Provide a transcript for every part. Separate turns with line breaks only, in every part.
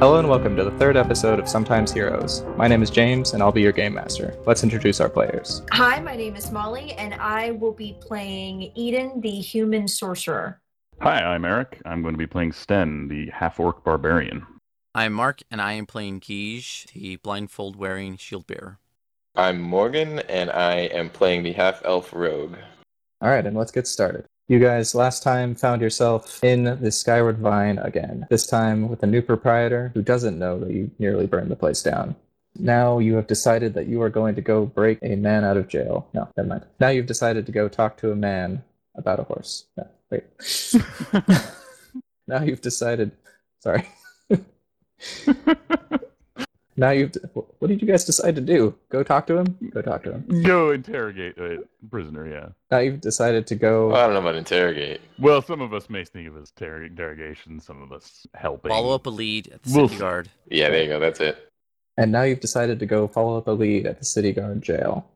Hello and welcome to the third episode of Sometimes Heroes. My name is James and I'll be your game master. Let's introduce our players.
Hi, my name is Molly, and I will be playing Eden, the human sorcerer.
Hi, I'm Eric. I'm going to be playing Sten, the half orc barbarian.
I'm Mark, and I am playing Gige, the blindfold wearing shield bearer.
I'm Morgan, and I am playing the half elf rogue.
All right, and let's get started. You guys last time found yourself in the Skyward Vine again, this time with a new proprietor who doesn't know that you nearly burned the place down. Now you have decided that you are going to go break a man out of jail. No, never mind. Now you've decided to go talk to a man about a horse. No, wait. now you've decided. Sorry. now you've. What did you guys decide to do? Go talk to him? Go talk to him.
Go interrogate a prisoner, yeah.
Now you've decided to go.
Well, Oh, I don't know about interrogate.
Well, some of us may think of as ter- interrogation, some of us helping.
Follow up a lead at the
We'll
city
s-
guard.
Yeah, there you go. That's it.
And now you've decided to go follow up a lead at the city guard jail.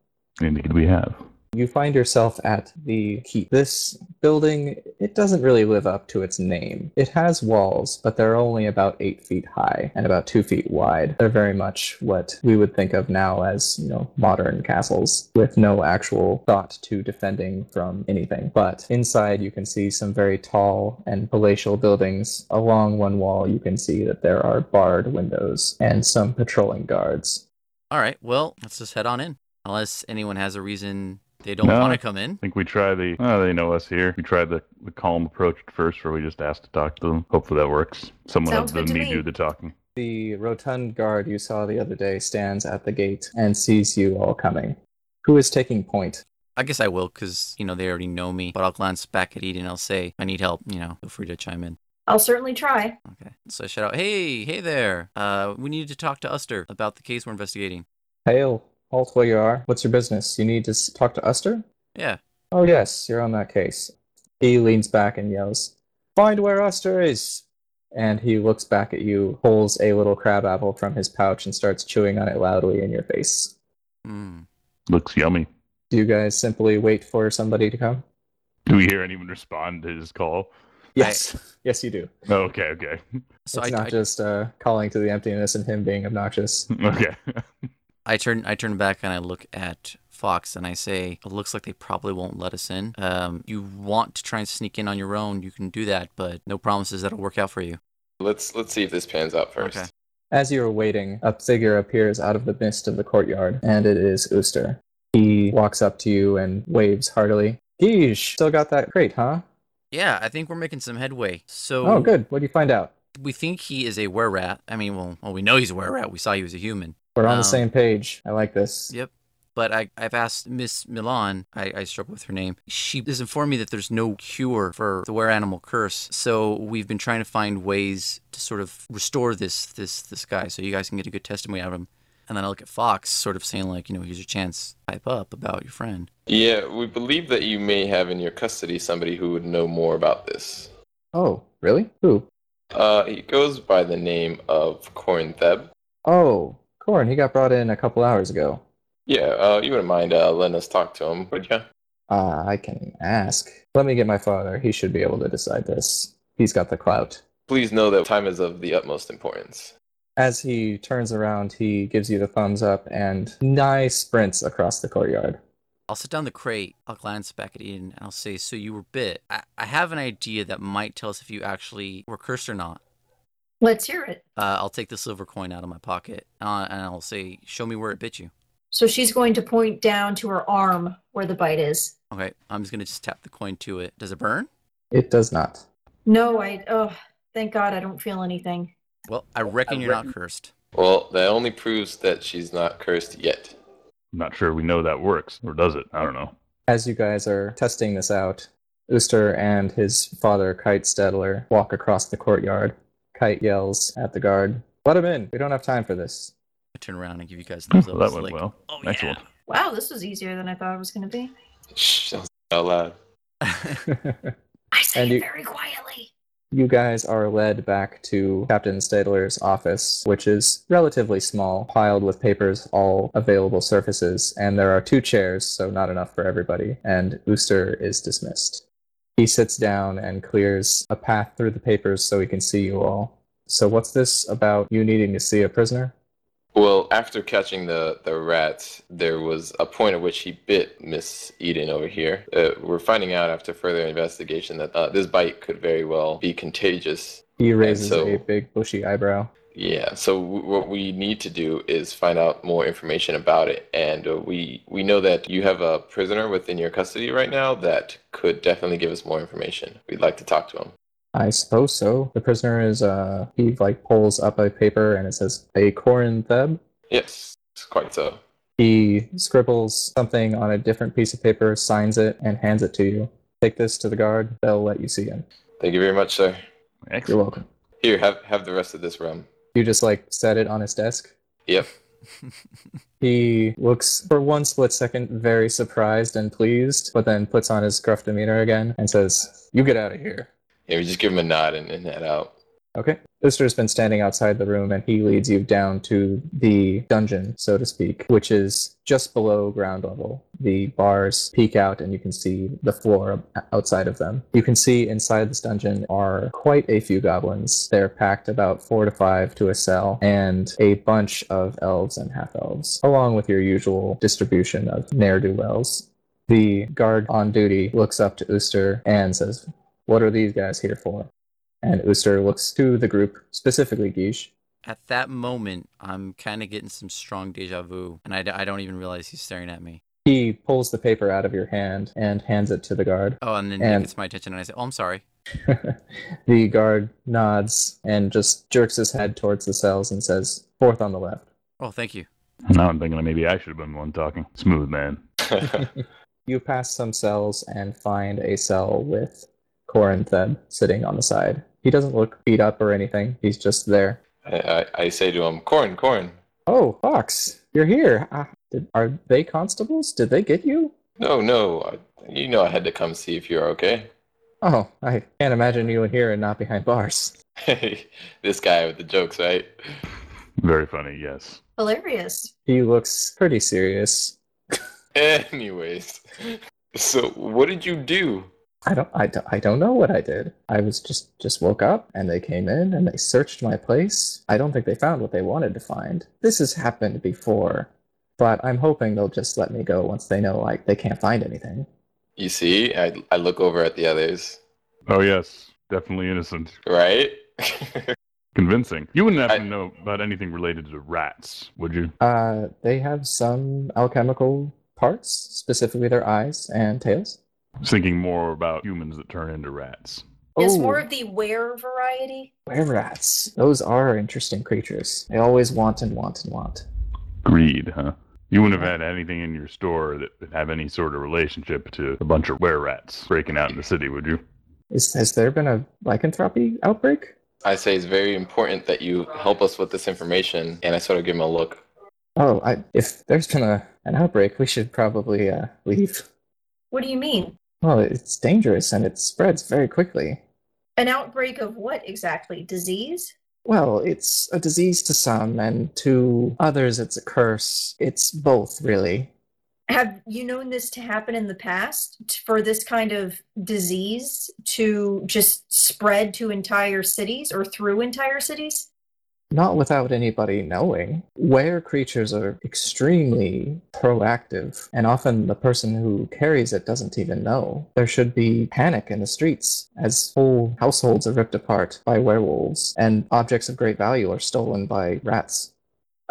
Indeed, we have.
You find yourself at the keep. This building, it doesn't really live up to its name. It has walls, but they're only about eight feet high and about two feet wide. They're very much what we would think of now as, you know, modern castles with no actual thought to defending from anything. But inside, you can see some very tall and palatial buildings. Along one wall, you can see that there are barred windows and some patrolling guards.
All right, well, let's just head on in. Unless anyone has a reason they don't
No.
want to come in.
I think we try the, oh, they know us here. We tried the, the calm approach at first where we just asked to talk to them. Hopefully that works. Someone
Sounds
other
good
than
to
me,
me.
do the talking.
The rotund guard you saw the other day stands at the gate and sees you all coming. Who is taking point?
I guess I will, because, you know, they already know me, but I'll glance back at Eden. I'll say, I need help. You know, feel free to chime in.
I'll certainly try.
Okay. So I shout out, hey, hey there. Uh, we need to talk to Uster about the case we're investigating.
Hail, halt where you are. What's your business? You need to s- talk to Uster?
Yeah.
Oh, yes, you're on that case. He leans back and yells, Find where Uster is! And he looks back at you, pulls a little crab apple from his pouch, and starts chewing on it loudly in your face.
Hmm.
Looks yummy.
Do you guys simply wait for somebody to come?
Do we hear anyone respond to his call?
Yes. Yes, you do.
Oh, okay, okay.
So
it's
I,
not
I,
just uh, calling to the emptiness and him being obnoxious.
okay.
I turn I turn back and I look at Fox and I say, it looks like they probably won't let us in. Um, you want to try and sneak in on your own, you can do that, but no promises that'll work out for you.
Let's let's see if this pans out first.
Okay.
As you are waiting, a figure appears out of the mist of the courtyard, and it is Ooster. He walks up to you and waves heartily. Geesh, still got that crate, huh?
Yeah, I think we're making some headway. So
Oh, good. What do you find out?
we think he is a were rat. I mean, well, well, we know he's a were rat. We saw he was a human.
We're on
Um,
the same page. I like this.
Yep. But I, I've asked Miss Milan, I, I struggle with her name. She has informed me that there's no cure for the were animal curse. So we've been trying to find ways to sort of restore this this this guy so you guys can get a good testimony out of him. And then I look at Fox, sort of saying, like, you know, here's your chance, hype up about your friend.
Yeah, we believe that you may have in your custody somebody who would know more about this.
Oh, really? Who?
Uh, he goes by the name of Corintheb.
Oh, Corn. He got brought in a couple hours ago.
Yeah, uh, you wouldn't mind uh, letting us talk to him, would you?
Ah, I can ask. Let me get my father. He should be able to decide this. He's got the clout.
Please know that time is of the utmost importance.
As he turns around, he gives you the thumbs up and nigh sprints across the courtyard.
I'll sit down the crate. I'll glance back at Eden and I'll say, So you were bit. I, I have an idea that might tell us if you actually were cursed or not.
Let's hear it.
Uh, I'll take the silver coin out of my pocket uh, and I'll say, Show me where it bit you.
So she's going to point down to her arm where the bite is.
Okay, I'm just gonna just tap the coin to it. Does it burn?
It does not.
No, I. Oh, thank God I don't feel anything.
Well, I reckon you're not cursed.
Well, that only proves that she's not cursed yet.
I'm not sure we know that works, or does it? I don't know.
as you guys are testing this out, Ooster and his father, Kite Stedler, walk across the courtyard. Kite yells at the guard, Let him in. We don't have time for this.
I turn around and give you guys thumbs
Well,
up.
that
It's
went
like,
well.
Oh
Excellent.
Wow, this was easier than I thought it was going to be.
Shh, don't say out loud.
yeah.
I say
And
it
you-
very quietly.
you guys are led back to Captain Stedler's office, which is relatively small, piled with papers, all available surfaces, and there are two chairs, so not enough for everybody, and Ooster is dismissed. He sits down and clears a path through the papers so he can see you all. So what's this about you needing to see a prisoner?
Well, after catching the, the rat, there was a point at which he bit Miss Eden over here. Uh, we're finding out after further investigation that uh, this bite could very well be contagious.
He raises
so-
a big bushy eyebrow.
Yeah, so w- what we need to do is find out more information about it. And uh, we, we know that you have a prisoner within your custody right now that could definitely give us more information. We'd like to talk to him.
I suppose so. The prisoner is uh he like pulls up a paper and it says a Corintheb.
Yes, quite so.
He scribbles something on a different piece of paper, signs it, and hands it to you. Take this to the guard, they'll let you see him.
Thank you very much, sir.
You're
Excellent.
welcome.
Here, have, have the rest of this rum.
You just like set it on his desk.
Yep.
He looks for one split second very surprised and pleased, but then puts on his gruff demeanor again and says, You get out of here.
Yeah, we just give him a nod and, and head out.
Okay. Lister's been standing outside the room and he leads you down to the dungeon, so to speak, which is just below ground level. The bars peek out and you can see the floor outside of them. You can see inside this dungeon are quite a few goblins. They're packed about four to five to a cell and a bunch of elves and half elves, along with your usual distribution of ne'er do wells. The guard on duty looks up to Ooster and says, What are these guys here for? And Ooster looks to the group, specifically Guiche.
At that moment, I'm kind of getting some strong deja vu, and I, d- I don't even realize he's staring at me.
He pulls the paper out of your hand and hands it to the guard.
Oh, and then
And-
he gets my attention, and I say, "Oh, I'm sorry."
the guard nods and just jerks his head towards the cells and says, Fourth on the left.
Oh, thank you.
Now I'm thinking that maybe I should have been the one talking. Smooth man.
You pass some cells and find a cell with Corintheb sitting on the side. He doesn't look beat up or anything, he's just there.
I, I, I say to him, Corn, Corn.
Oh, Fox, you're here. Ah, did, are they constables? Did they get you?
No, no. I, you know I had to come see if you're okay.
Oh, I can't imagine you in here and not behind bars.
this guy with the jokes, right?
Very funny, yes.
Hilarious.
He looks pretty serious.
Anyways, so what did you do?
I don't, I don't, I don't know what I did. I was just, just woke up and they came in and they searched my place. I don't think they found what they wanted to find. This has happened before, but I'm hoping they'll just let me go once they know like they can't find anything.
You see, I, I look over at the others,
Oh yes. Definitely innocent.
right?
Convincing. You wouldn't happen
I-
to know about anything related to rats, would you?
Uh, they have some alchemical parts, specifically their eyes and tails.
I was thinking more about humans that turn into rats.
It's
Oh.
more of the where variety.
Were rats. Those are interesting creatures. They always want and want and want.
Greed, huh? You wouldn't have had anything in your store that would have any sort of relationship to a bunch of were rats breaking out in the city, would you?
Is, has there been a lycanthropy outbreak?
I say it's very important that you help us with this information, and I sort of give him a look.
Oh, I, if there's been a, an outbreak, we should probably uh, leave.
What do you mean?
Well, it's dangerous and it spreads very quickly.
An outbreak of what exactly? Disease?
Well, it's a disease to some, and to others, it's a curse. It's both, really.
Have you known this to happen in the past t- for this kind of disease to just spread to entire cities or through entire cities?
Not without anybody knowing. Where creatures are extremely proactive, and often the person who carries it doesn't even know. There should be panic in the streets as whole households are ripped apart by werewolves, and objects of great value are stolen by rats.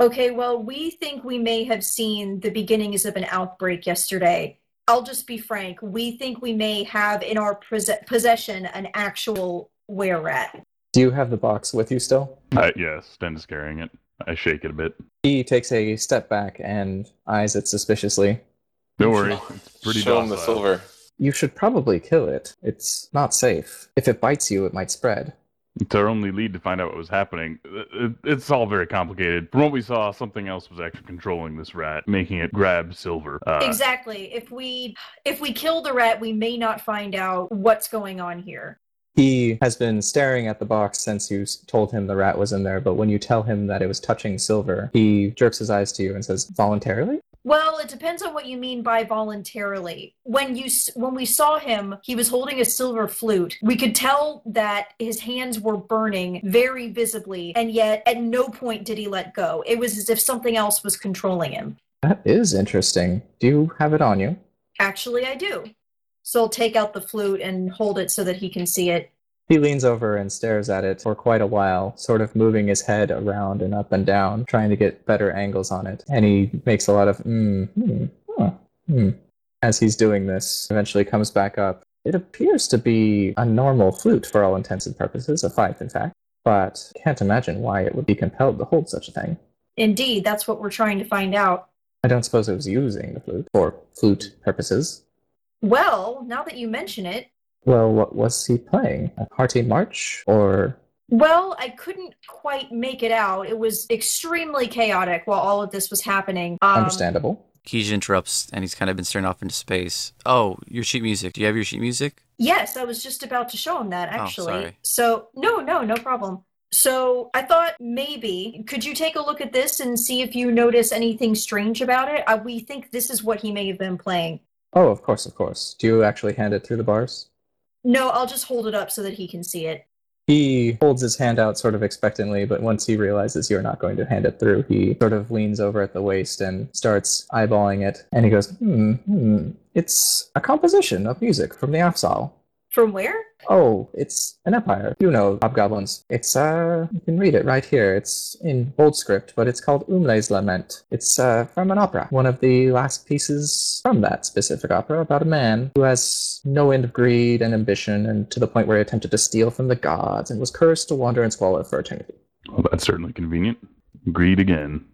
Okay, well, we think we may have seen the beginnings of an outbreak yesterday. I'll just be frank. We think we may have in our pres- possession an actual were rat.
Do you have the box with you still?
I, yes, Dennis carrying it. I shake it a bit.
He takes a step back and eyes it suspiciously.
Don't worry, it's pretty
Show him the
docile.
silver.
You should probably kill it. It's not safe. If it bites you, it might spread.
It's our only lead to find out what was happening. It- it- It's all very complicated. From what we saw, something else was actually controlling this rat, making it grab silver. Uh,
exactly. If we if we kill the rat, we may not find out what's going on here.
He has been staring at the box since you s- told him the rat was in there, but when you tell him that it was touching silver, he jerks his eyes to you and says, Voluntarily?
Well, it depends on what you mean by voluntarily. When you s- when we saw him, he was holding a silver flute. We could tell that his hands were burning very visibly, and yet at no point did he let go. It was as if something else was controlling him.
That is interesting. Do you have it on you?
Actually, I do. So I'll take out the flute and hold it so that he can see it.
He leans over and stares at it for quite a while, sort of moving his head around and up and down, trying to get better angles on it. And he makes a lot of mm, hmm, huh, hmm. As he's doing this, eventually comes back up. It appears to be a normal flute for all intents and purposes, a fife in fact, but can't imagine why it would be compelled to hold such a thing.
Indeed, that's what we're trying to find out.
I don't suppose it was using the flute for flute purposes.
Well, now that you mention it,
Well, what was he playing? A hearty march or
Well, I couldn't quite make it out. It was extremely chaotic while all of this was happening. Um,
understandable?
Keisha interrupts and he's kind of been staring off into space. Oh, your sheet music. Do you have your sheet music?
Yes, I was just about to show him that actually.
sorry.
So, no, no, no problem. So, I thought maybe could you take a look at this and see if you notice anything strange about it? Uh, we think this is what he may have been playing.
Oh, of course, of course. Do you actually hand it through the bars?
No, I'll just hold it up so that he can see it.
He holds his hand out sort of expectantly, but once he realizes you're not going to hand it through, he sort of leans over at the waist and starts eyeballing it. And he goes, hmm, hmm. It's a composition of music from the Afzal.
From where?
Oh, it's an empire. You know hobgoblins. It's uh you can read it right here. It's in bold script, but it's called Umle's Lament. It's uh from an opera. One of the last pieces from that specific opera about a man who has no end of greed and ambition and to the point where he attempted to steal from the gods and was cursed to wander in squalor for eternity.
Well, that's certainly convenient. Greed again.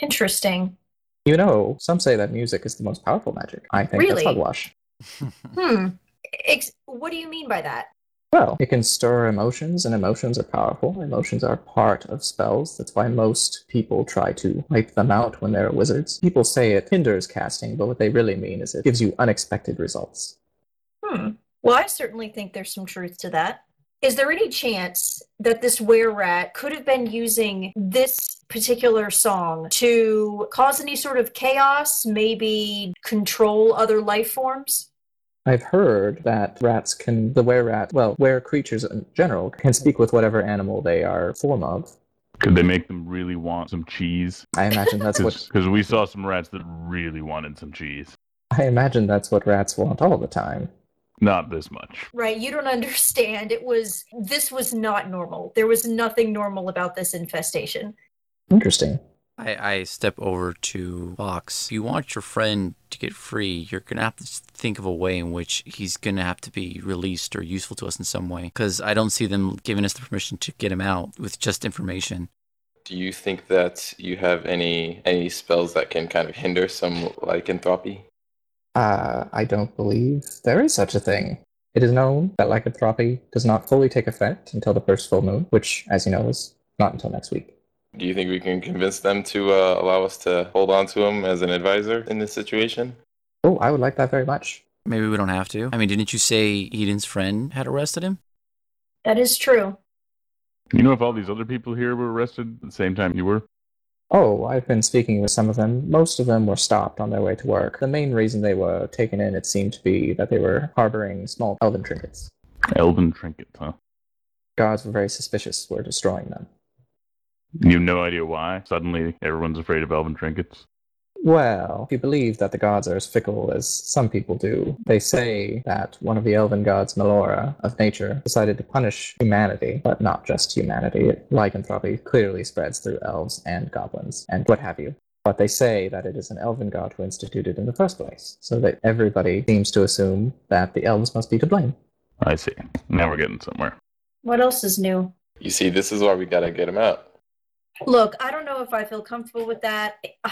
Interesting.
You know, some say that music is the most powerful magic. I think
Really?
that's hogwash.
Hmm. Ex- what do you mean by that?
Well, it can stir emotions, and emotions are powerful. Emotions are part of spells. That's why most people try to wipe them out when they're wizards. People say it hinders casting, but what they really mean is it gives you unexpected results.
Hmm. Well, I certainly think there's some truth to that. Is there any chance that this were rat could have been using this particular song to cause any sort of chaos, maybe control other life forms?
I've heard that rats can, the were rat, well, were creatures in general, can speak with whatever animal they are form of.
Could they make them really want some cheese?
I imagine that's what
Because we saw some rats that really wanted some cheese.
I imagine that's what rats want all the time.
Not this much.
Right, you don't understand. It was this was not normal. There was nothing normal about this infestation.
Interesting.
I, I step over to Fox. If you want your friend to get free, you're going to have to s- think of a way in which he's going to have to be released or useful to us in some way. Because I don't see them giving us the permission to get him out with just information.
Do you think that you have any any spells that can kind of hinder some lycanthropy?
Uh, I don't believe there is such a thing. It is known that lycanthropy does not fully take effect until the first full moon, which, as you know, is not until next week.
Do you think we can convince them to uh, allow us to hold on to him as an advisor in this situation?
Oh, I would like that very much.
Maybe we don't have to. I mean, didn't you say Eden's friend had arrested him?
That is true.
You know, if all these other people here were arrested at the same time you were,
Oh, I've been speaking with some of them. Most of them were stopped on their way to work. The main reason they were taken in, it seemed to be that they were harboring small elven trinkets.
elven trinkets, huh?
Gods were very suspicious, were destroying them.
You have no idea why. Suddenly, everyone's afraid of elven trinkets.
Well, if you believe that the gods are as fickle as some people do, they say that one of the elven gods, Melora, of nature, decided to punish humanity, but not just humanity. Lycanthropy clearly spreads through elves and goblins, and what have you. But they say that it is an elven god who instituted in the first place, so that everybody seems to assume that the elves must be to blame.
I see. Now we're getting somewhere.
What else is new?
You see, this is why we gotta get him out.
Look, I don't know if I feel comfortable with that.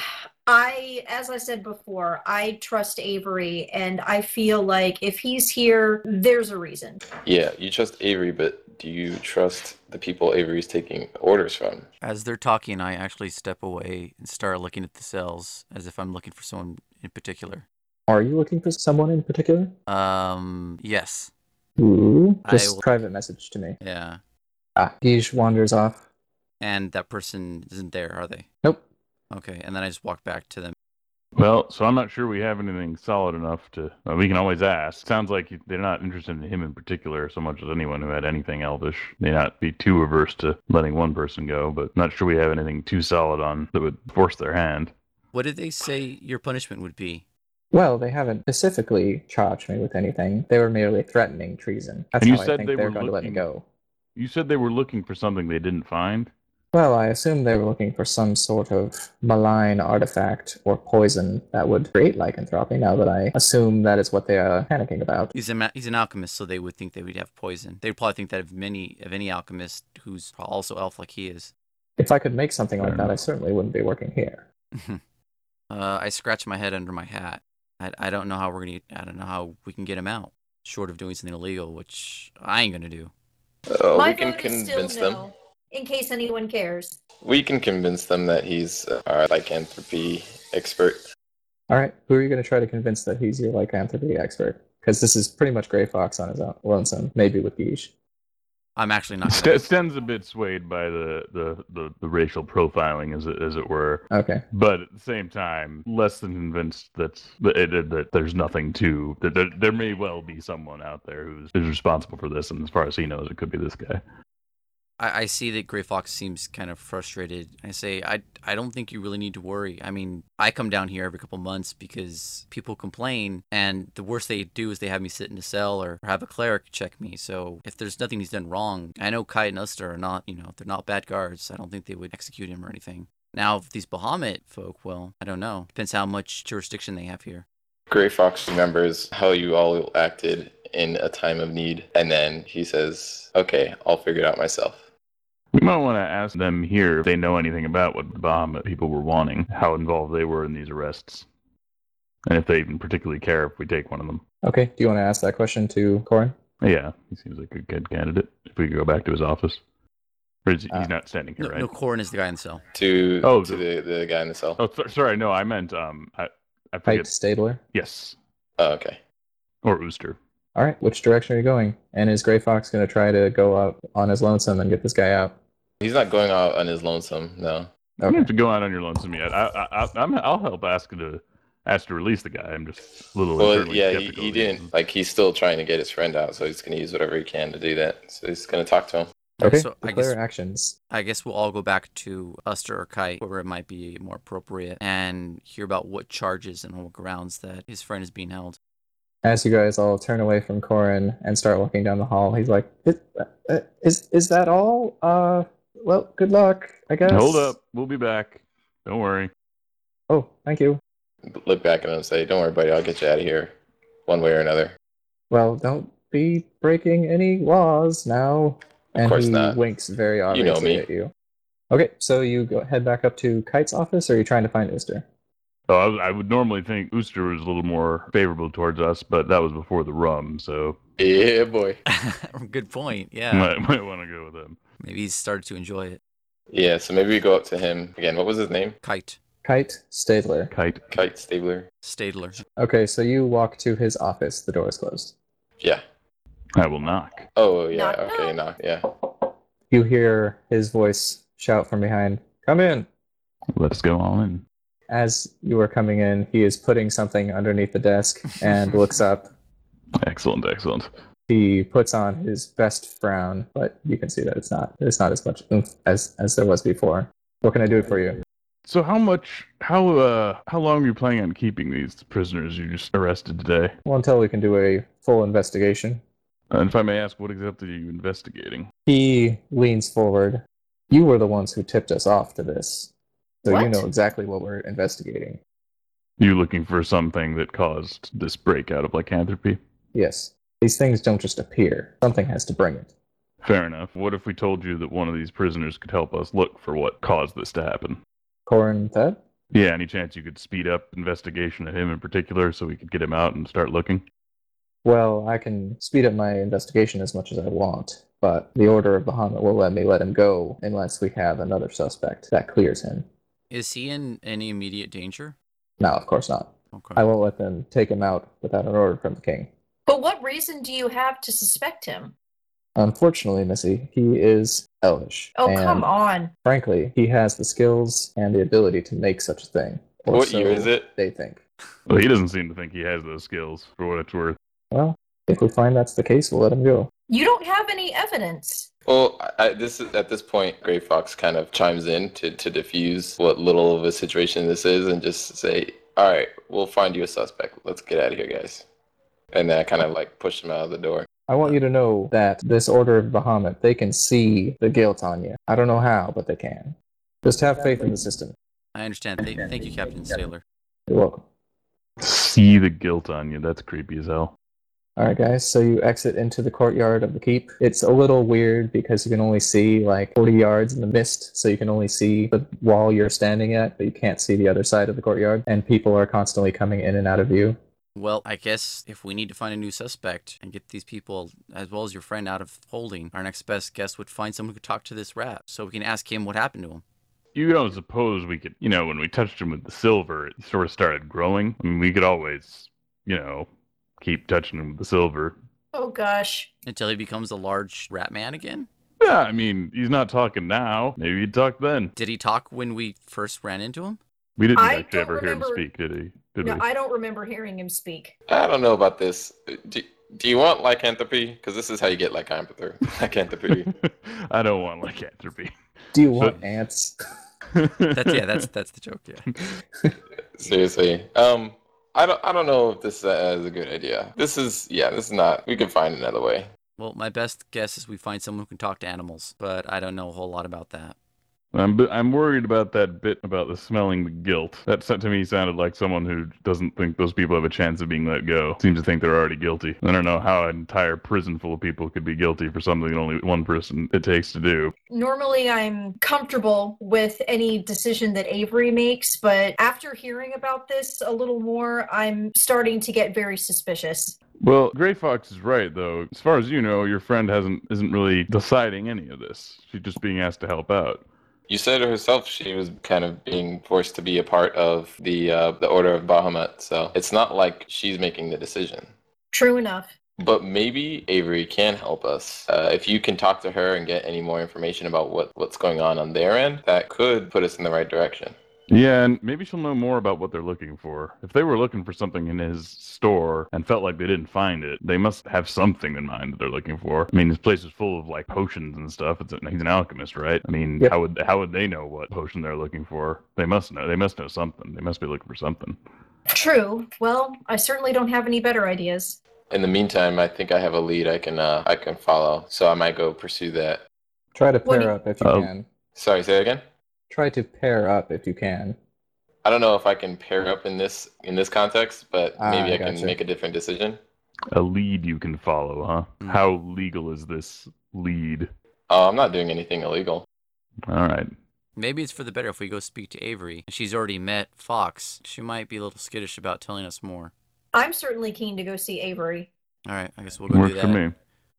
I, as I said before, I trust Avery, and I feel like if he's here, there's a reason.
Yeah, you trust Avery, but do you trust the people Avery's taking orders from?
As they're talking, I actually step away and start looking at the cells as if I'm looking for someone in particular.
Are you looking for someone in particular?
Um, yes.
Ooh,
I
just
will-
private message to me.
Yeah.
Ah, Guige wanders off.
And that person isn't there, are they?
Nope.
Okay. And then I just walk back to them.
Well, so I'm not sure we have anything solid enough to. Well, we can always ask. Sounds like you- they're not interested in him in particular so much as anyone who had anything elvish. May not be too averse to letting one person go, but not sure we have anything too solid on that would force their hand.
What did they say your punishment would be?
Well, they haven't specifically charged me with anything. They were merely threatening treason. That's
And you
how I
said
think
they
they are
were
going to let me
looking-
go.
You said they were looking for something they didn't find.
Well, I assume they were looking for some sort of malign artifact or poison that would create lycanthropy, now that I assume that is what they are panicking about.
He's a ma- he's an alchemist, so they would think they would have poison. They'd probably think that of many of any alchemist who's also elf like he is.
If I could make something like
Fair
that, I
enough.
certainly wouldn't be working here.
Uh, I scratch my head under my hat. I, I don't know how we're gonna. I don't know how we can get him out, short of doing something illegal, which I ain't gonna do.
Uh,
My
we can
vote is still
convince
no,
them.
in case anyone cares.
We can convince them that he's uh, our lycanthropy expert.
All right, who are you going to try to convince that he's your lycanthropy expert? Because this is pretty much Gray Fox on his own, lonesome, maybe with Guiche.
I'm actually not. Gonna.
St- Sten's a bit swayed by the, the, the, the racial profiling, as it, as it were.
Okay.
but at the same time, less than convinced that that, that, that there's nothing to that there, there may well be someone out there who's is responsible for this, and as far as he knows, it could be this guy.
I, I see that Gray Fox seems kind of frustrated. I say, I I don't think you really need to worry. I mean, I come down here every couple months because people complain, and the worst they do is they have me sit in a cell or have a cleric check me. So if there's nothing he's done wrong, I know Kai and Uster are not, you know, they're not bad guards. I don't think they would execute him or anything. Now, if these Bahamut folk, well, I don't know. Depends how much jurisdiction they have here.
Gray Fox remembers how you all acted in a time of need, and then he says, "Okay, I'll figure it out myself."
We might want to ask them here if they know anything about what the Bahamut people were wanting, how involved they were in these arrests, and if they even particularly care if we take one of them.
Okay, do you want to ask that question to Corin?
Yeah, he seems like a good candidate. If we could go back to his office, or is,
Uh,
he's not standing here,
No,
right?
no, Corin is the guy in the cell.
To
Oh,
to
the-
the, the guy in the cell.
Oh, so- sorry, no, I meant um, I, I
Pike
forget.
Stabler?
Yes,
Oh, okay.
or Ooster.
All right, which direction are you going? And is Gray Fox going to try to go out on his lonesome and get this guy out?
He's not going out on his lonesome.
You
No.
Okay.
don't have to go out on your lonesome yet. I, I, I, I'm, I'll help ask to ask to release the guy. I'm just a little.
Well,
internally
yeah, he,
skeptical
he
of these.
didn't. Like, he's still trying to get his friend out, so he's gonna use whatever he can to do that. So he's gonna talk to him.
Okay,
So I
declare
guess-
actions.
I guess we'll all go back to Uster or Kite, where it might be more appropriate, and hear about what charges and on what grounds that his friend is being held.
As you guys all turn away from Corin and start walking down the hall, he's like, "Is- uh, "Is is that all? Uh, well, good luck, I guess."
Hold up, we'll be back. Don't worry.
Oh, thank you.
Look back at him and say, "Don't worry, buddy. I'll get you out of here, one way or another."
Well, don't be breaking any laws now.
Of
And
course
he
not.
winks very
know
obviously
me.
at you. Okay, so you go head back up to Kite's office, or are you trying to find Ooster?
Oh, I, I would normally think Ooster was a little more favorable towards us, but that was before the rum, so
Yeah, boy.
Good point. Yeah.
might, might want to go with him.
Maybe he's started to enjoy it.
Yeah. So maybe we go up to him again. What was his name?
Kite,
Kite Stadler.
Kite.
Kite Stabler.
Stadler.
Okay, so you walk to his office. The door is closed.
Yeah.
I will knock.
Oh, yeah.
Knock,
okay. Knock. Yeah.
You hear his voice shout from behind, Come in!
Let's go all in.
As you are coming in, he is putting something underneath the desk and looks up.
Excellent, excellent.
He puts on his best frown, but you can see that it's not it's not as much oomph as as there was before. What can I do for you?
So how much, how uh, how long are you planning on keeping these prisoners you just arrested today?
Well, until we can do a full investigation.
And if I may ask, what exactly are you investigating?
He leans forward. You were the ones who tipped us off to this. So you
What?
know exactly what we're investigating.
You looking for something that caused this breakout of lycanthropy?
Yes. These things don't just appear. Something has to bring it.
Fair enough. What if we told you that one of these prisoners could help us look for what caused this to happen?
Corin Theb?
Yeah, any chance you could speed up investigation of him in particular so we could get him out and start looking?
Well, I can speed up my investigation as much as I want, but the Order of Bahamut will let me let him go unless we have another suspect that clears him.
Is he in any immediate danger?
No, of course not.
Okay.
I won't let them take him out without an order from the king.
But what reason do you have to suspect him?
Unfortunately, Missy, he is elvish.
Oh,
and
come on.
Frankly, he has the skills and the ability to make such a thing. Or
what
so
year is it?
They think.
Well, he doesn't seem to think he has those skills, for what it's worth.
Well, if we find that's the case, we'll let him go.
You don't have any evidence.
Well, I, I- this is at this point, Gray Fox kind of chimes in to to diffuse what little of a situation this is, and just say, "All right, we'll find you a suspect. Let's get out of here, guys." And then I kind of like push him out of the door.
I want you to know that this Order of Bahamut, they can see the guilt on you. I don't know how, but they can. Just have faith in the system.
I understand. Th- Thank you, Captain Sailor.
You're welcome.
See the guilt on you. That's creepy as hell.
All right, guys. So you exit into the courtyard of the keep. It's a little weird because you can only see like 40 yards in the mist, so you can only see the wall you're standing at, but you can't see the other side of the courtyard. And people are constantly coming in and out of view.
Well, I guess if we need to find a new suspect and get these people, as well as your friend, out of holding, our next best guess would find someone who could talk to this rat so we can ask him what happened to him.
You don't suppose we could, you know, when we touched him with the silver, it sort of started growing. I mean, we could always, you know, keep touching him with the silver.
Oh gosh.
Until he becomes a large rat man again?
Yeah, I mean, he's not talking now. Maybe he'd talk then.
Did he talk when we first ran into him?
We didn't
I
actually
don't
ever hear him
remember-
speak, did he? Did
No,
we?
I don't remember hearing him speak.
I don't know about this. Do, do you want lycanthropy? Because this is how you get lycanthropy. lycanthropy.
I don't want lycanthropy.
Do you
So-
want ants?
That's yeah, that's that's the joke, yeah.
Seriously. Um, I don't. I don't know if this uh, is a good idea. This is. Yeah. This is not. We can find another way.
Well, my best guess is we find someone who can talk to animals, but I don't know a whole lot about that.
I'm I'm worried about that bit about the smelling the guilt. That sa- to me sounded like someone who doesn't think those people have a chance of being let go. Seems to think they're already guilty. I don't know how an entire prison full of people could be guilty for something that only one person it takes to do.
Normally, I'm comfortable with any decision that Avery makes, but after hearing about this a little more, I'm starting to get very suspicious.
Well, Gray Fox is right though. As far as you know, your friend hasn't isn't really deciding any of this. She's just being asked to help out.
You said herself she was kind of being forced to be a part of the uh, the Order of Bahamut, so it's not like she's making the decision.
True enough.
But maybe Avery can help us. Uh, if you can talk to her and get any more information about what, what's going on on their end, that could put us in the right direction.
Yeah, and maybe she'll know more about what they're looking for. If they were looking for something in his store and felt like they didn't find it, they must have something in mind that they're looking for. I mean, his place is full of like potions and stuff. It's he's an alchemist, right? I mean,
Yep.
how would how would they know what potion they're looking for? They must know. They must know something. They must be looking for something.
True. Well, I certainly don't have any better ideas.
In the meantime, I think I have a lead I can uh, I can follow, so I might go pursue that.
Try to
What do
pair
you-
up if you
Oh.
can.
Sorry, say that again.
Try to pair up if you can.
I don't know if I can pair up in this in this context, but
Ah,
maybe I,
I
can
gotcha.
make a different decision.
A lead you can follow, huh?
Mm.
How legal is this lead?
Oh, I'm not doing anything illegal.
All right.
Maybe it's for the better if we go speak to Avery. She's already met Fox. She might be a little skittish about telling us more.
I'm certainly keen to go see Avery.
All right, I guess we'll go do
Works
that.
for me.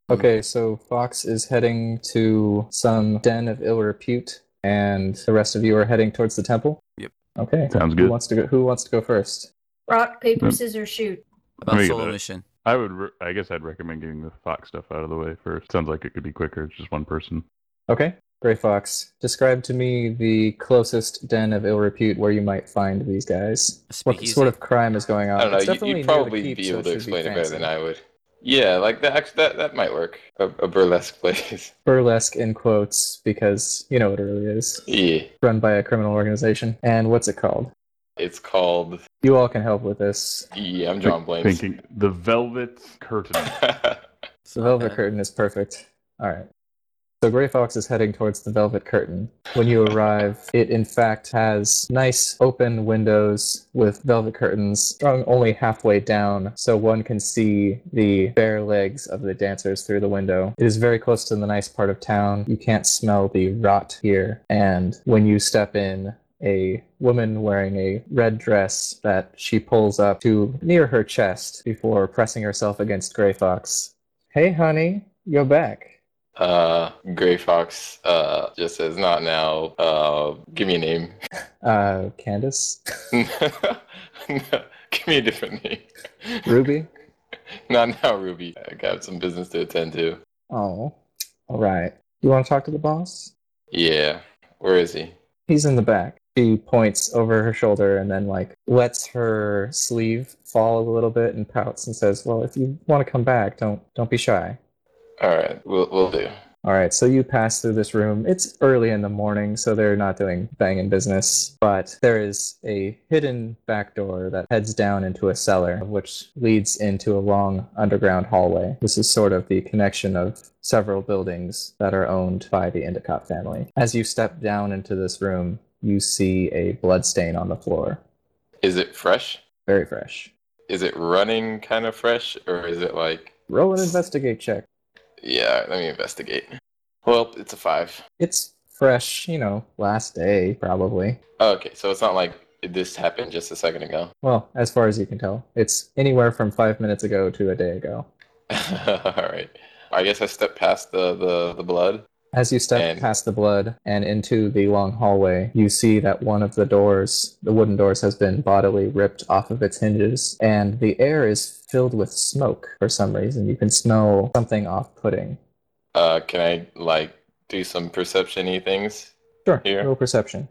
Okay, so Fox is heading to some den of ill repute, and the rest of you are heading towards the temple.
Yep.
Okay.
Sounds
Who
good.
wants to go? Who wants to go first?
Rock, paper,
Yep.
scissors, shoot.
About
Wait a
solo
minute.
mission.
I would. Re- I guess I'd recommend getting the fox stuff out of the way first. Sounds like it could be quicker. It's just one person.
Okay. Gray Fox, describe to me the closest den of ill repute where you might find these guys.
A
What
speakeasy.
sort of crime is going on? It's
I don't know. You,
definitely
you'd
near the
probably
keep,
be
so
able to
should
explain it better
fancy.
than I would. Yeah, like that. act- That that might work. A, a burlesque place.
Burlesque in quotes because you know what it really is.
yeah,
Run by a criminal organization. And what's it called?
it's called.
You all can help with this.
Yeah, I'm drawing blanks.
Thinking the velvet curtain.
It's
The
not
velvet
bad.
curtain is perfect. All right. So Gray Fox is heading towards the velvet curtain. When you arrive, it in fact has nice open windows with velvet curtains strung only halfway down, so one can see the bare legs of the dancers through the window. It is very close to the nice part of town. You can't smell the rot here, and when you step in, a woman wearing a red dress that she pulls up to near her chest before pressing herself against Gray Fox. Hey, honey, you're back.
uh, Gray Fox uh, just says, "Not now. Uh, give me a name.
Uh, Candace?
give me a different name.
Ruby?
Not now, Ruby. I got some business to attend to.
Oh, all right. You want to talk to the boss?
Yeah, where is he?
He's in the back. she points over her shoulder and then like lets her sleeve fall a little bit and pouts and says, "Well, if you want to come back, don't don't be shy."
All right, we'll we'll do.
All right, so you pass through this room. It's early in the morning, so they're not doing banging business, but there is a hidden back door that heads down into a cellar, which leads into a long underground hallway. This is sort of the connection of several buildings that are owned by the Endicott family. As you step down into this room, you see a bloodstain on the floor.
Is it fresh?
Very fresh.
Is it running kind of fresh, or is it like?
Roll an investigate check.
Yeah, let me investigate. Well, it's a five.
It's fresh, you know, last day probably.
Oh, Okay, so it's not like this happened just a second ago.
Well, as far as you can tell, it's anywhere from five minutes ago to a day ago.
All right. I guess I stepped past the the, the blood.
As you step
And-
past the blood and into the long hallway, you see that one of the doors, the wooden doors, has been bodily ripped off of its hinges, and the air is filled with smoke for some reason. You can smell something off putting.
Uh, can I like do some perception-y things?
Sure,
Here.
roll perception.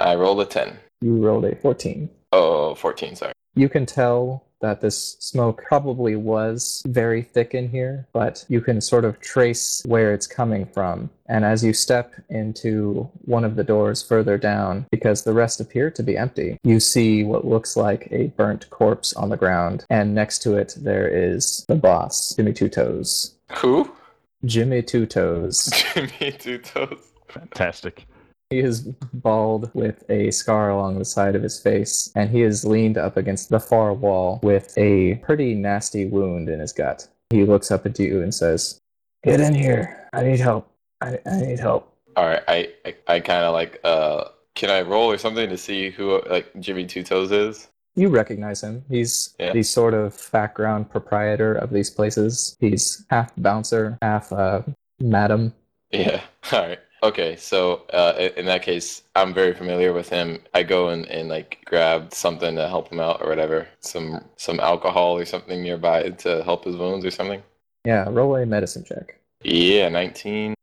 I rolled a ten.
You rolled a 14.
Oh, 14, Sorry.
You can tell that this smoke probably was very thick in here, but you can sort of trace where it's coming from. And as you step into one of the doors further down, because the rest appear to be empty, you see what looks like a burnt corpse on the ground. And next to it, there is the boss, Jimmy Two Toes.
Who?
Jimmy Two Toes.
Jimmy Two Toes.
Fantastic.
He is bald with a scar along the side of his face, and he is leaned up against the far wall with a pretty nasty wound in his gut. He looks up at you and says, Get in here. I need help. I, I need help.
All right, I I, I kind of like uh, can I roll or something to see who like Jimmy Two Toes is?
You recognize him. He's
Yeah.
the sort of background proprietor of these places. He's half bouncer, half uh, madam.
Yeah. All right. Okay. So uh, i- in that case, I'm very familiar with him. I go and, and like grab something to help him out or whatever, some some alcohol or something nearby to help his wounds or something.
Yeah, roll a medicine check.
Yeah, 19.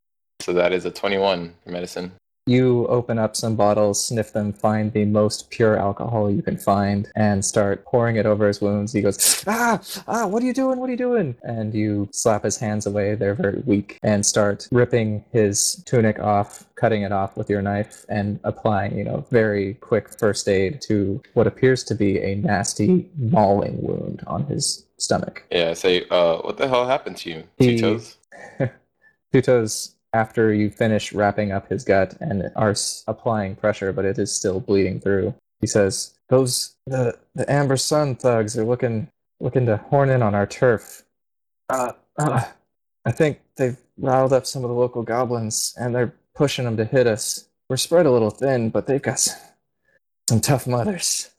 So that is a 21 for medicine.
You open up some bottles, sniff them, find the most pure alcohol you can find, and start pouring it over his wounds. He goes, Ah, ah, what are you doing? What are you doing? And you slap his hands away. They're very weak, and start ripping his tunic off, cutting it off with your knife, and applying, you know, very quick first aid to what appears to be a nasty, mauling wound on his stomach.
Yeah. I say, uh, what the hell happened to you,
He-
Two Toes?
Pluto's after you finish wrapping up his gut and are s- applying pressure, but it is still bleeding through. He says, "Those the the Amber Sun thugs are looking looking to horn in on our turf. Uh, uh, I think they've riled up some of the local goblins, and they're pushing them to hit us. We're spread a little thin, but they've got s- some tough mothers.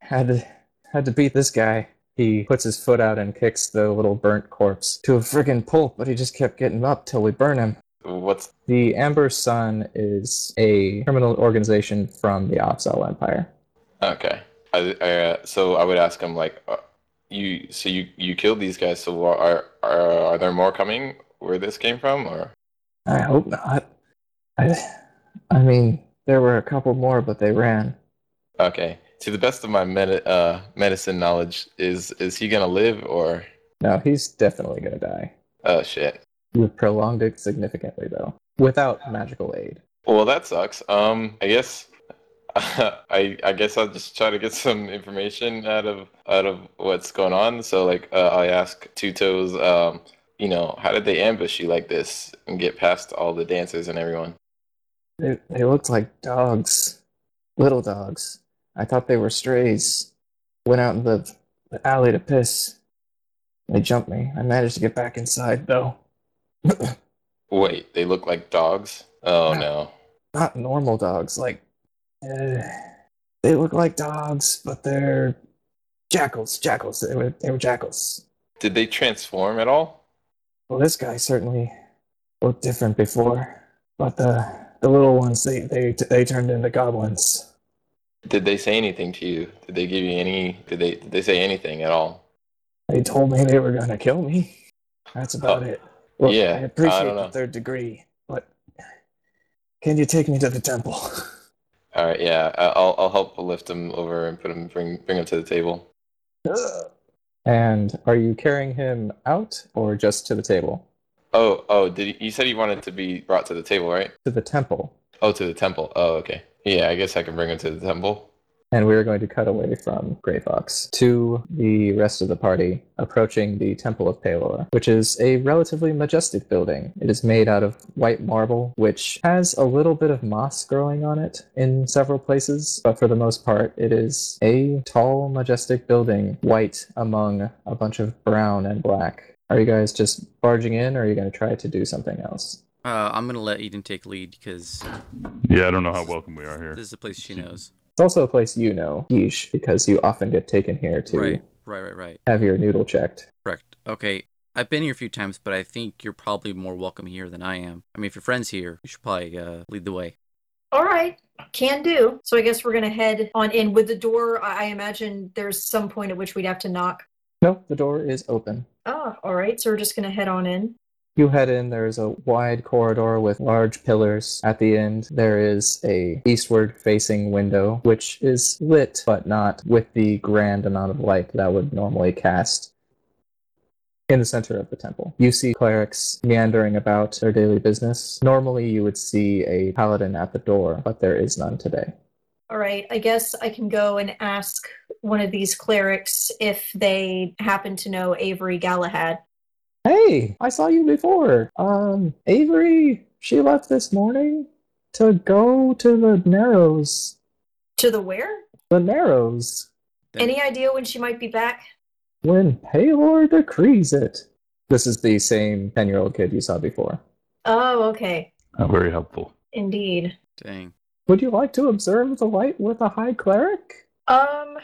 Had to had to beat this guy." He puts his foot out and kicks the little burnt corpse to a friggin' pulp, but he just kept getting up till we burn him.
What's
The Amber Sun is a criminal organization from the Oxal Empire.
okay? I, I, uh, so I would ask him like, uh, you so you you killed these guys. So are are are there more coming? Where this came from, or
I hope not. I, I mean, there were a couple more, but they ran.
Okay. To the best of my med- uh, medicine knowledge, is is he gonna live or?
No, he's definitely gonna die.
Oh shit.
You've prolonged it significantly, though, without magical aid.
Well, that sucks. Um, I guess. I I guess I'll just try to get some information out of out of what's going on. So like, uh, I ask Two Toes, um, you know, how did they ambush you like this and get past all the dancers and everyone?
They, they looked like dogs, little dogs. I thought they were strays. Went out in the, the alley to piss. They jumped me. I managed to get back inside, though.
Wait, they look like dogs. Oh no.
Not normal dogs, like. Uh, they look like dogs, but they're jackals. Jackals. They were, they were jackals.
Did they transform at all?
Well, this guy certainly looked different before, but the the little ones they they they turned into goblins.
Did they say anything to you? Did they give you any? Did they did they say anything at all?
They told me they were gonna kill me. That's about
Oh,
it. Look,
yeah,
I
I
appreciate
don't
the
know.
third degree, but can you take me to the temple?
All right, yeah, I- I'll I'll help lift him over and put him bring bring him to the table.
And are you carrying him out or just to the table?
Oh, oh, did he, you said he wanted to be brought to the table, right?
To the temple.
Oh, to the temple. Oh, okay. Yeah, I guess I can bring him to the temple.
And we are going to cut away from Grey Fox to the rest of the party, approaching the Temple of Pelor, which is a relatively majestic building. It is made out of white marble, which has a little bit of moss growing on it in several places, but for the most part, it is a tall, majestic building, white among a bunch of brown and black. Are you guys just barging in, or are you going to try to do something else?
Uh, I'm gonna let Eden take lead because
Yeah, I don't know how welcome we are here.
this is a place she knows.
It's also a place you know, Yeesh, because you often get taken here to
Right, right, right, right.
have your noodle checked.
Correct. Okay. I've been here a few times, but I think you're probably more welcome here than I am. I mean, if your friend's here, you should probably uh, lead the way.
All right, can do. So I guess we're gonna head on in with the door. I, I imagine there's some point at which we'd have to knock.
Nope, the door is open.
Ah, all right. So we're just gonna head on in.
You head in, there is a wide corridor with large pillars. At the end, there is a eastward facing window, which is lit, but not with the grand amount of light that would normally cast in the center of the temple. You see clerics meandering about their daily business. Normally, you would see a paladin at the door, but there is none today.
All right, I guess I can go and ask one of these clerics if they happen to know Avery Galahad.
Hey, I saw you before. Um, Avery, she left this morning to go to the Narrows.
To the where?
the narrows
Then-
Any idea when she might be back?
when Paylor decrees it. This is the same 10 year old kid you saw before.
Oh, okay.
Not very helpful.
Indeed.
Dang.
Would you like to observe the light with a high cleric?
Um,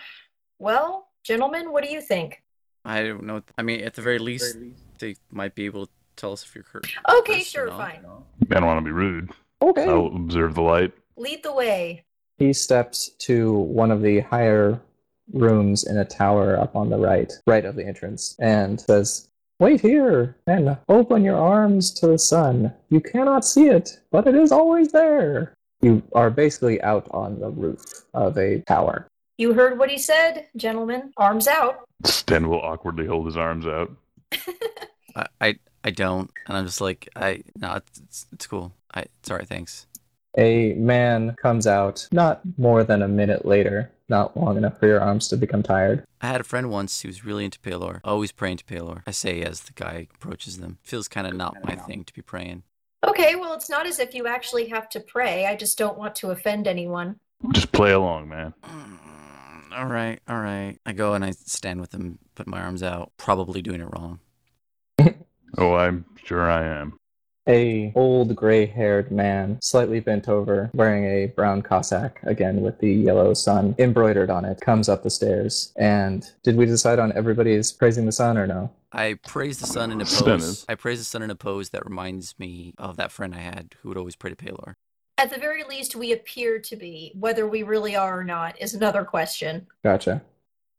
well, gentlemen, what do you think?
I don't know. I mean, at the very least, they might be able to tell us if you're cursed.
Okay,
Cursed or
sure,
not.
fine.
I don't want to be rude.
Okay.
I'll observe the light.
Lead the way.
He steps to one of the higher rooms in a tower up on the right, right of the entrance, and says, Wait here and open your arms to the sun. You cannot see it, but it is always there. You are basically out on the roof of a tower.
You heard what he said, gentlemen. Arms out.
Sten will awkwardly hold his arms out.
I, I, I don't, and I'm just like, I no, it's, it's, it's cool. I, it's all right, thanks.
A man comes out not more than a minute later, not long enough for your arms to become tired.
I had a friend once who was really into Palor, always praying to Palor. I say as the guy approaches them. Feels kind of not my thing to be praying.
Okay, well, it's not as if you actually have to pray. I just don't want to offend anyone.
Just play along, man.
Mm, All right, all right. I go and I stand with them, put my arms out, probably doing it wrong.
Oh, I'm sure I am.
A old gray-haired man, slightly bent over, wearing a brown cassock, again with the yellow sun embroidered on it, comes up the stairs. And did we decide on everybody's praising the sun or no?
I praise the sun in a
Stand
pose.
is-
I praise the sun in a pose that reminds me of that friend I had who would always pray to Palor.
At the very least, we appear to be. Whether we really are or not is another question.
Gotcha.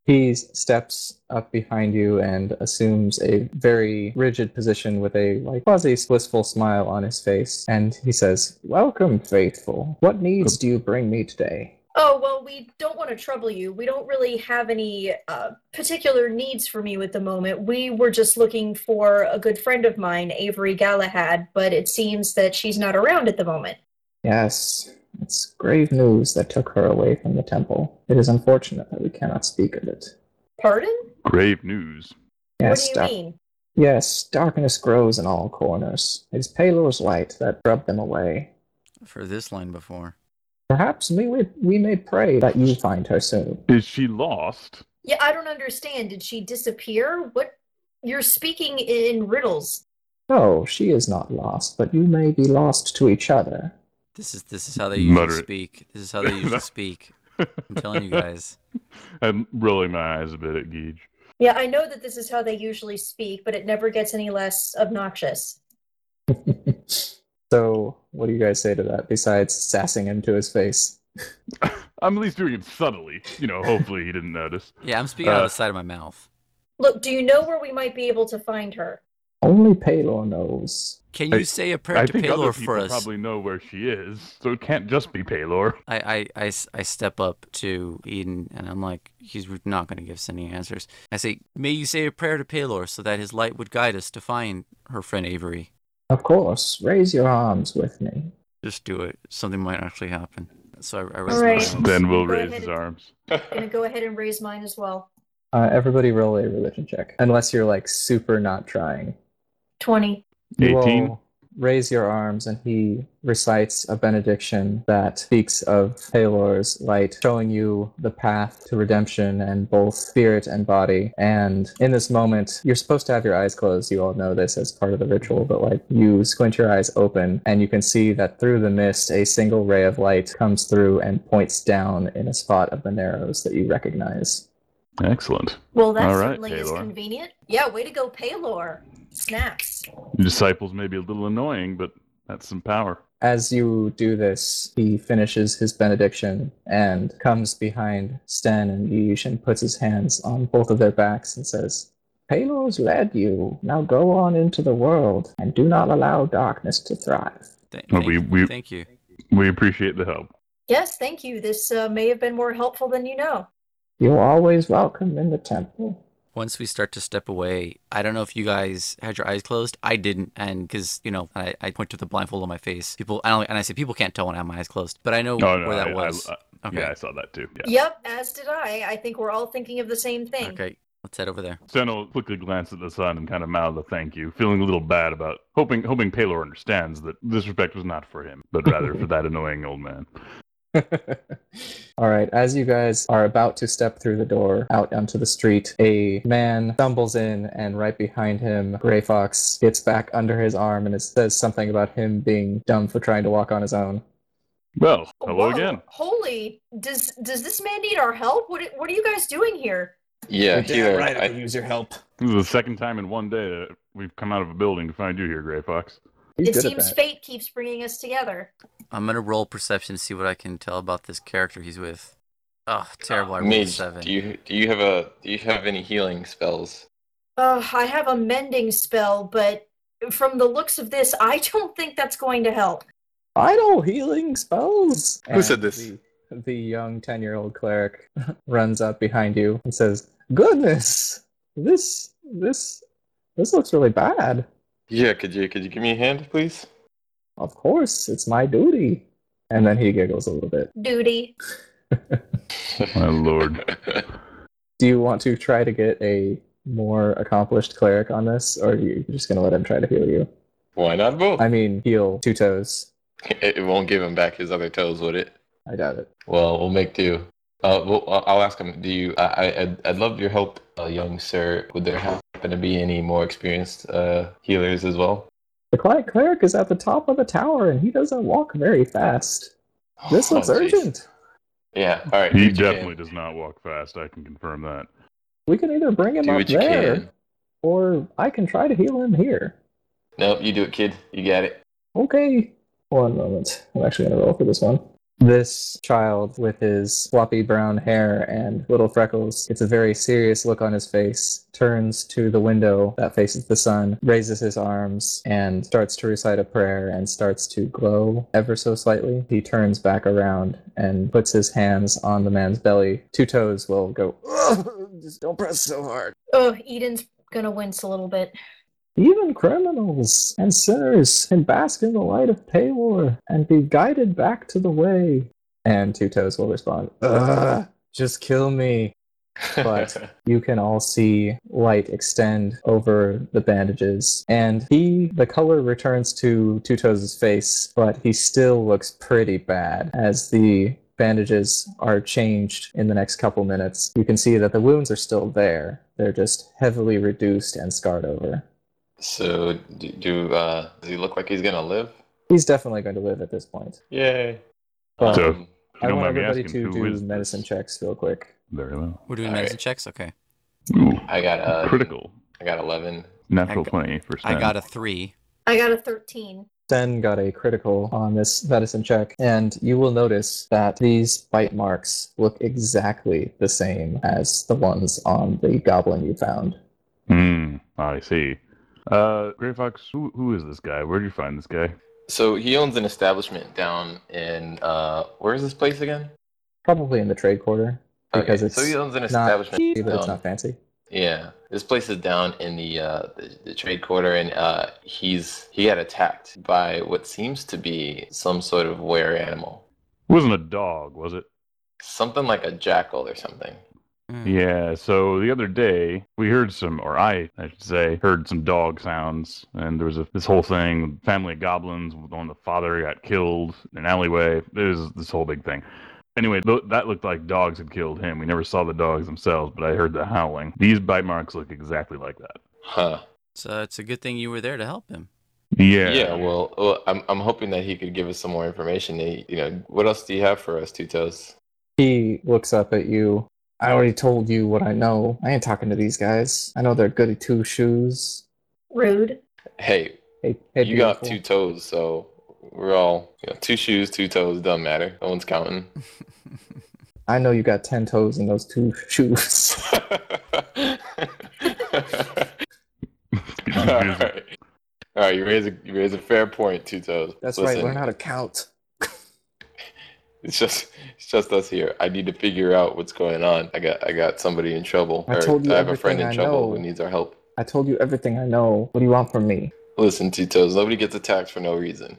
He steps up behind you and assumes a very rigid position with a like quasi blissful smile on his face, and he says, "Welcome, faithful. What needs do you bring me today?"
Oh, well, we don't want to trouble you. We don't really have any uh, particular needs from you at the moment. We were just looking for a good friend of mine, Avery Galahad, but it seems that she's not around at the moment.
Yes, it's grave news that took her away from the temple. It is unfortunate that we cannot speak of it.
Pardon?
Grave news.
Yes,
what do you
dark-
mean?
yes, darkness grows in all corners. It is Palor's light that rubbed them away.
I've heard this line before.
Perhaps we, we, we may pray that you find her soon.
Is she lost?
Yeah, I don't understand. Did she disappear? What? You're speaking in riddles.
No, she is not lost, but you may be lost to each other.
This is this is how they usually
Mutter it.
speak. This is how they usually speak. I'm telling you guys.
I'm rolling my eyes a bit at Geege.
Yeah, I know that this is how they usually speak, but it never gets any less obnoxious.
so, what do you guys say to that besides sassing him to his face?
I'm at least doing it subtly. You know, hopefully he didn't notice.
Yeah, I'm speaking out
Uh,
of the side of my mouth.
Look, do you know where we might be able to find her?
Only Palor knows.
Can
I-
you say a prayer
I
to
think other
Palor
people
for us?
probably know where she is, so it can't just be Palor.
I, I, I s- I step up to Eden and I'm like, he's not going to give us any answers. I say, may you say a prayer to Palor so that his light would guide us to find her friend Avery.
Of course, raise your arms with me.
Just do it. Something might actually happen. So I, I raise
All
my
right.
arms.
Then we'll
Go
raise
ahead.
his arms.
gonna go ahead and raise mine as well.
Uh, everybody roll a religion check, unless you're like super not trying.
Twenty.
You
18?
all Raise your arms, and he recites a benediction that speaks of Palor's light, showing you the path to redemption and both spirit and body. And in this moment, you're supposed to have your eyes closed. You all know this as part of the ritual, but like you squint your eyes open, and you can see that through the mist, a single ray of light comes through and points down in a spot of the narrows that you recognize.
Excellent.
Well, that
All right,
certainly is
Palor.
convenient. Yeah, way to go, Paylor. Snaps.
The disciples may be a little annoying, but that's some power.
As you do this, he finishes his benediction and comes behind Sten and Yish and puts his hands on both of their backs and says, Palos led you. Now go on into the world and do not allow darkness to thrive.
Th-
Well,
thank,
we- we-
thank you.
We appreciate the help.
Yes, thank you. This uh, may have been more helpful than you know.
You're always welcome in the temple.
Once we start to step away, I don't know if you guys had your eyes closed. I didn't, and because you know, I, I point to the blindfold on my face. People, I don't, and I say people can't tell when I have my eyes closed, but I know
Oh, no.
where that
I- I-
was.
I-
okay,
Yeah, I saw that too. Yeah.
Yep, as did I. I think we're all thinking of the same thing.
okay, let's head over there.
Sen will quickly glance at the sun and kind of mouth a thank you, feeling a little bad about hoping hoping Palor understands that this respect was not for him, but rather for that annoying old man.
All right, as you guys are about to step through the door out onto the street, a man stumbles in, and right behind him, Gray Fox gets back under his arm and it says something about him being dumb for trying to walk on his own.
Well, hello
Whoa,
again.
Oh, Holy, does does this man need our help? What what are you guys doing here?
yeah, here. I-
use your help.
This is the second time in one day that we've come out of a building to find you here, Gray Fox.
He's
it
good
seems
at that.
fate keeps bringing us together.
I'm gonna roll perception to see what I can tell about this character he's with. Oh, terrible! I rolled a
Mage,
seven.
do you do you have a do you have any healing spells?
Uh, I have a mending spell, but from the looks of this, I don't think that's going to help.
I know healing spells.
Who said this?
The, the young ten-year-old cleric runs up behind you and says, "Goodness, this this this looks really bad."
Yeah, could you could you give me a hand, please?
Of course, it's my duty. And then he giggles a little bit.
Duty.
My lord.
Do you want to try to get a more accomplished cleric on this, or are you just going to let him try to heal you?
Why not both?
I mean, heal two toes.
It it won't give him back his other toes, would it?
I doubt it.
Well, we'll make do. Uh, well, I'll- I'll ask him. Do you? I, I, I'd, I'd love your help, uh, young sir. Would there happen to be any more experienced uh, healers as well?
The quiet cleric is at the top of the tower, and he doesn't walk very fast. This
Oh,
looks
jeez.
urgent.
Yeah. All right. do
He
what you
definitely
can.
does not walk fast, I can confirm that.
We can either bring him
Do
up
what you
there,
can.
or I can try to heal him here.
Nope. You do it, kid. You got it.
Okay. One moment. I'm actually going to roll for this one. This child with his floppy brown hair and little freckles gets a very serious look on his face, turns to the window that faces the sun, raises his arms, and starts to recite a prayer and starts to glow ever so slightly. He turns back around and puts his hands on the man's belly. Two toes will go, "Ugh, just don't press so hard.
Oh, Eden's gonna wince a little bit.
Even criminals and sinners can bask in the light of Paylor and be guided back to the way. And Two Toes will respond, Ugh, just kill me. But- You can all see light extend over the bandages. And he, the color returns to Two Toes' face, but he still looks pretty bad as the bandages are changed in the next couple minutes. You can see that the wounds are still there, they're just heavily reduced and scarred over.
so, do, do uh, does he look like he's gonna live?
He's definitely going to live at this point.
Yay.
But
So-
Um,
You
I
don't
want
mind me
everybody to
asking, who
do
is
medicine
this?
checks real quick.
Very well.
We're doing
All
medicine
right.
checks. Okay,
Ooh,
I got a
critical.
I got eleven.
Natural
I got-
20 for
I
Sen.
got a three.
I got a thirteen.
Sen got a critical on this medicine check, and you will notice that these bite marks look exactly the same as the ones on the goblin you found.
Hmm, I see. Uh, Gray Fox, who, who is this guy? Where'd you find this guy?
So he owns an establishment down in uh, where is this place again?
Probably in the trade quarter because
Okay,
it's
so he owns an
not
establishment.
cheap, but it's
down-
not fancy.
Yeah, this place is down in the uh, the, the trade quarter, and uh, he's he got attacked by what seems to be some sort of were animal,
It wasn't a dog, was it?
something like a jackal or something.
Mm.
Yeah, so the other day we heard some, or I, I should say, heard some dog sounds, and there was a, this whole thing, family of goblins, when the father got killed in an alleyway. There was this whole big thing. Anyway, th- that looked like dogs had killed him. We never saw the dogs themselves, but I heard the howling. These bite marks look exactly like that.
Huh.
So it's a good thing you were there to help him.
Yeah.
Yeah. Well, well, I'm I'm hoping that he could give us some more information. He, you know, what else do you have for us, Two Toes?
He looks up at you. I already told you what I know. I ain't talking to these guys. I know they're goody two shoes.
Rude.
Hey,
Hey, hey,
you got two
beautiful.
toes, so we're all you know, two shoes, two toes. Doesn't matter. No one's counting.
I know you got ten toes in those two shoes.
All right. All right, you raise a you raise a fair point, Two Toes.
That's right.
Listen,
Learn how to count.
It's just it's just us here. I need to figure out what's going on. I got I got somebody in trouble.
I
or
told you
I have a friend in
everything I
trouble
know.
who needs our help.
I told you everything I know. What do you want from me?
Listen, Two Toes, nobody gets attacked for no reason.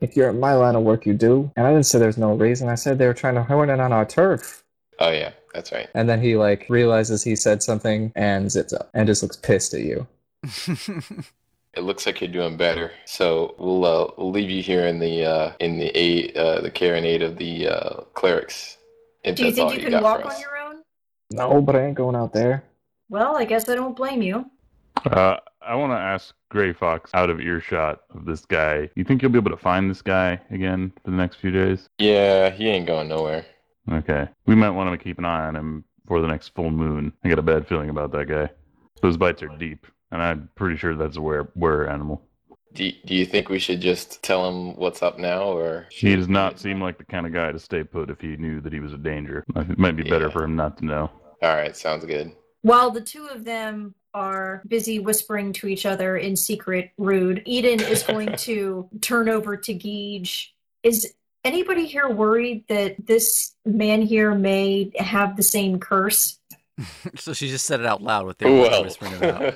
If you're in my line of work, you do. And I didn't say there's no reason. I said they were trying to horn in on our turf.
Oh yeah, that's right.
And then he like realizes he said something and zips up and just looks pissed at you.
It looks like you're doing better. So we'll uh, we'll leave you here in the uh, in the aid uh, the care and aid of the uh, clerics. If
Do you
that's all
think you can
got for
walk
us.
on your own?
No, but I ain't going out there.
Well, I guess I don't blame you.
Uh, I want to ask Gray Fox out of earshot of this guy. You think you'll be able to find this guy again for the next few days?
Yeah, he ain't going nowhere.
Okay. We might want to keep an eye on him for the next full moon. I got a bad feeling about that guy. Those bites are deep, and I'm pretty sure that's a were, were animal.
Do, do you think we should just tell him what's up now, or
He does not seem like the kind of guy to stay put if he knew that he was a danger. I think It might be better
Yeah.
for him not to know.
All right, sounds good.
While the two of them are busy whispering to each other in secret, rude, Eden is going to turn over to Gage. Is anybody here worried that this man here may have the same curse?
so she just said it out loud with their
Well,
whispering about.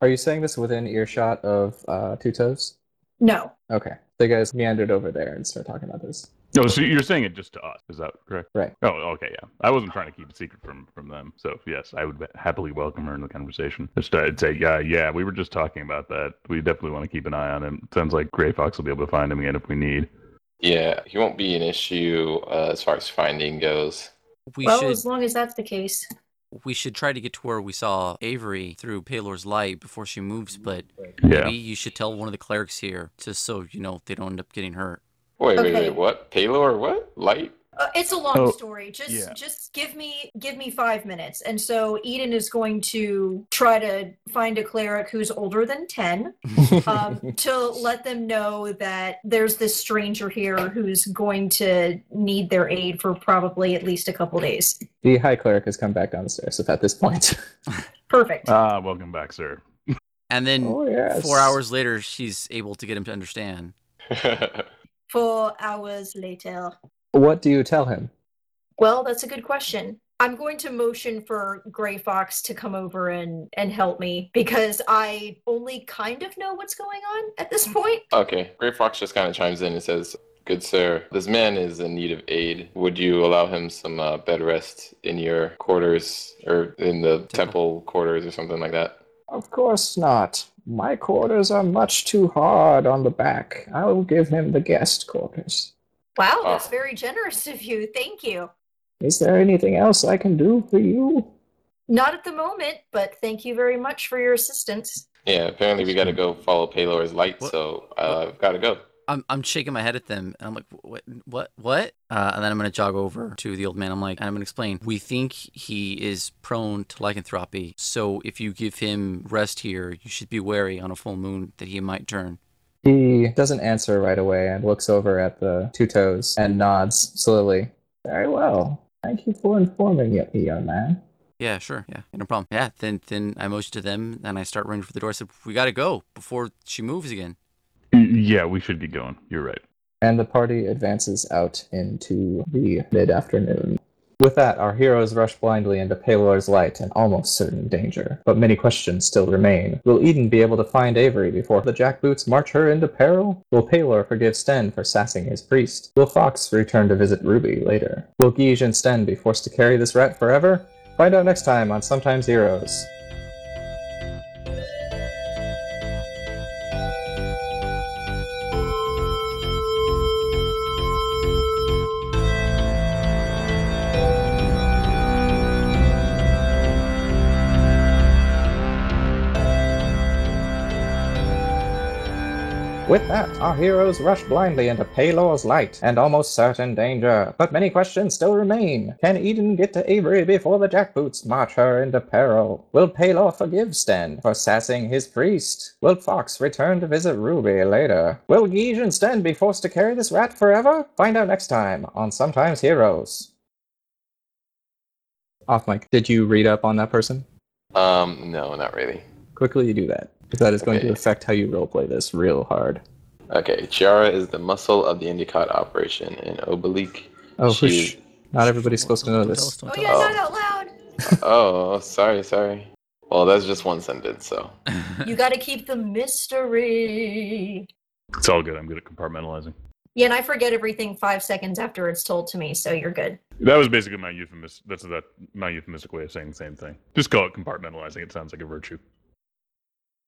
Are you saying this within earshot of uh, Two Toes?
No.
Okay. The guys meandered over there and started talking about this.
No, Oh, so you're saying it just to us. Is that correct?
Right.
Oh, okay, yeah. I wasn't trying to keep it secret from from them. So yes, I would happily welcome her in the conversation. Just uh, I'd say, yeah, yeah, we were just talking about that. We definitely want to keep an eye on him. Sounds like Gray Fox will be able to find him again if we need.
Yeah, he won't be an issue uh, as far as finding goes.
We
well,
should
as long as that's the case.
we should try to get to where we saw Avery through Paylor's light before she moves. But
Yeah.
maybe you should tell one of the clerics here, just so you know they don't end up getting hurt.
Wait, wait,
Okay.
wait. What? Paylor? What? Light?
Uh, it's a long
Oh,
story. Just
yeah.
just give me give me 5 minutes. And so Eden is going to try to find a cleric who's older than 10 um, to let them know that there's this stranger here who's going to need their aid for probably at least a couple days.
the High Cleric has come back downstairs at this point.
Perfect.
Ah, welcome back, sir.
And then
oh, yes.
four hours later, she's able to get him to understand.
Four hours later.
What do you tell him?
Well, that's a good question. I'm going to motion for Gray Fox to come over and, and help me because I only kind of know what's going on at this point.
okay. Gray Fox just kind of chimes in and says, "Good sir, this man is in need of aid. Would you allow him some uh, bed rest in your quarters or in the temple quarters or something like that?"
Of course not. My quarters are much too hard on the back. I will give him the guest quarters.
Wow, that's
Ah.
very generous of you. Thank you.
Is there anything else I can do for you?
Not at the moment, but thank you very much for your assistance.
Yeah. Apparently, we got to go follow Paylor's light,
What-
so uh, I've got to go.
I'm, I'm shaking my head at them and I'm like, what, what, what? Uh, and then I'm going to jog over to the old man. I'm like, I'm going to explain. We think he is prone to lycanthropy. So if you give him rest here, you should be wary on a full moon that he might turn.
He doesn't answer right away and looks over at the two toes and nods slowly. Very well. Thank you for informing me, young man.
Yeah, sure. Yeah, no problem. Yeah, then then I motion to them and I start running for the door. I said, "We gotta go before she moves again."
Yeah, we should get going. You're right.
And the party advances out into the mid afternoon. With that, our heroes rush blindly into Palor's light and almost certain danger. But many questions still remain. Will Eden be able to find Avery before the jackboots march her into peril? Will Palor forgive Sten for sassing his priest? Will Fox return to visit Ruby later? Will Guige and Sten be forced to carry this rat forever? Find out next time on Sometimes Heroes. With that, our heroes rush blindly into Palor's light and almost certain danger, but many questions still remain. Can Eden get to Avery before the jackboots march her into peril? Will Palor forgive Sten for sassing his priest? Will Fox return to visit Ruby later? Will Guige and Sten be forced to carry this rat forever? Find out next time on Sometimes Heroes. Off mic, did you read up on that person?
Um, no, not really.
Quickly do that, because that is going to
Okay.
affect how you roleplay this real hard.
Okay, Chiara is the muscle of the Endicott operation, and Oblique.
Oh,
She-
whoosh. Not everybody's supposed to know
Don't tell
this.
us, don't
Oh
tell
yeah, not
us.
out loud.
oh, sorry, sorry. Well, that's just one sentence, so.
You got to keep the mystery.
It's all good. I'm good at compartmentalizing.
Yeah, and I forget everything five seconds after it's told to me, so you're good.
That was basically my euphemistic. That's that my euphemistic way of saying the same thing. Just call it compartmentalizing. It sounds like a virtue.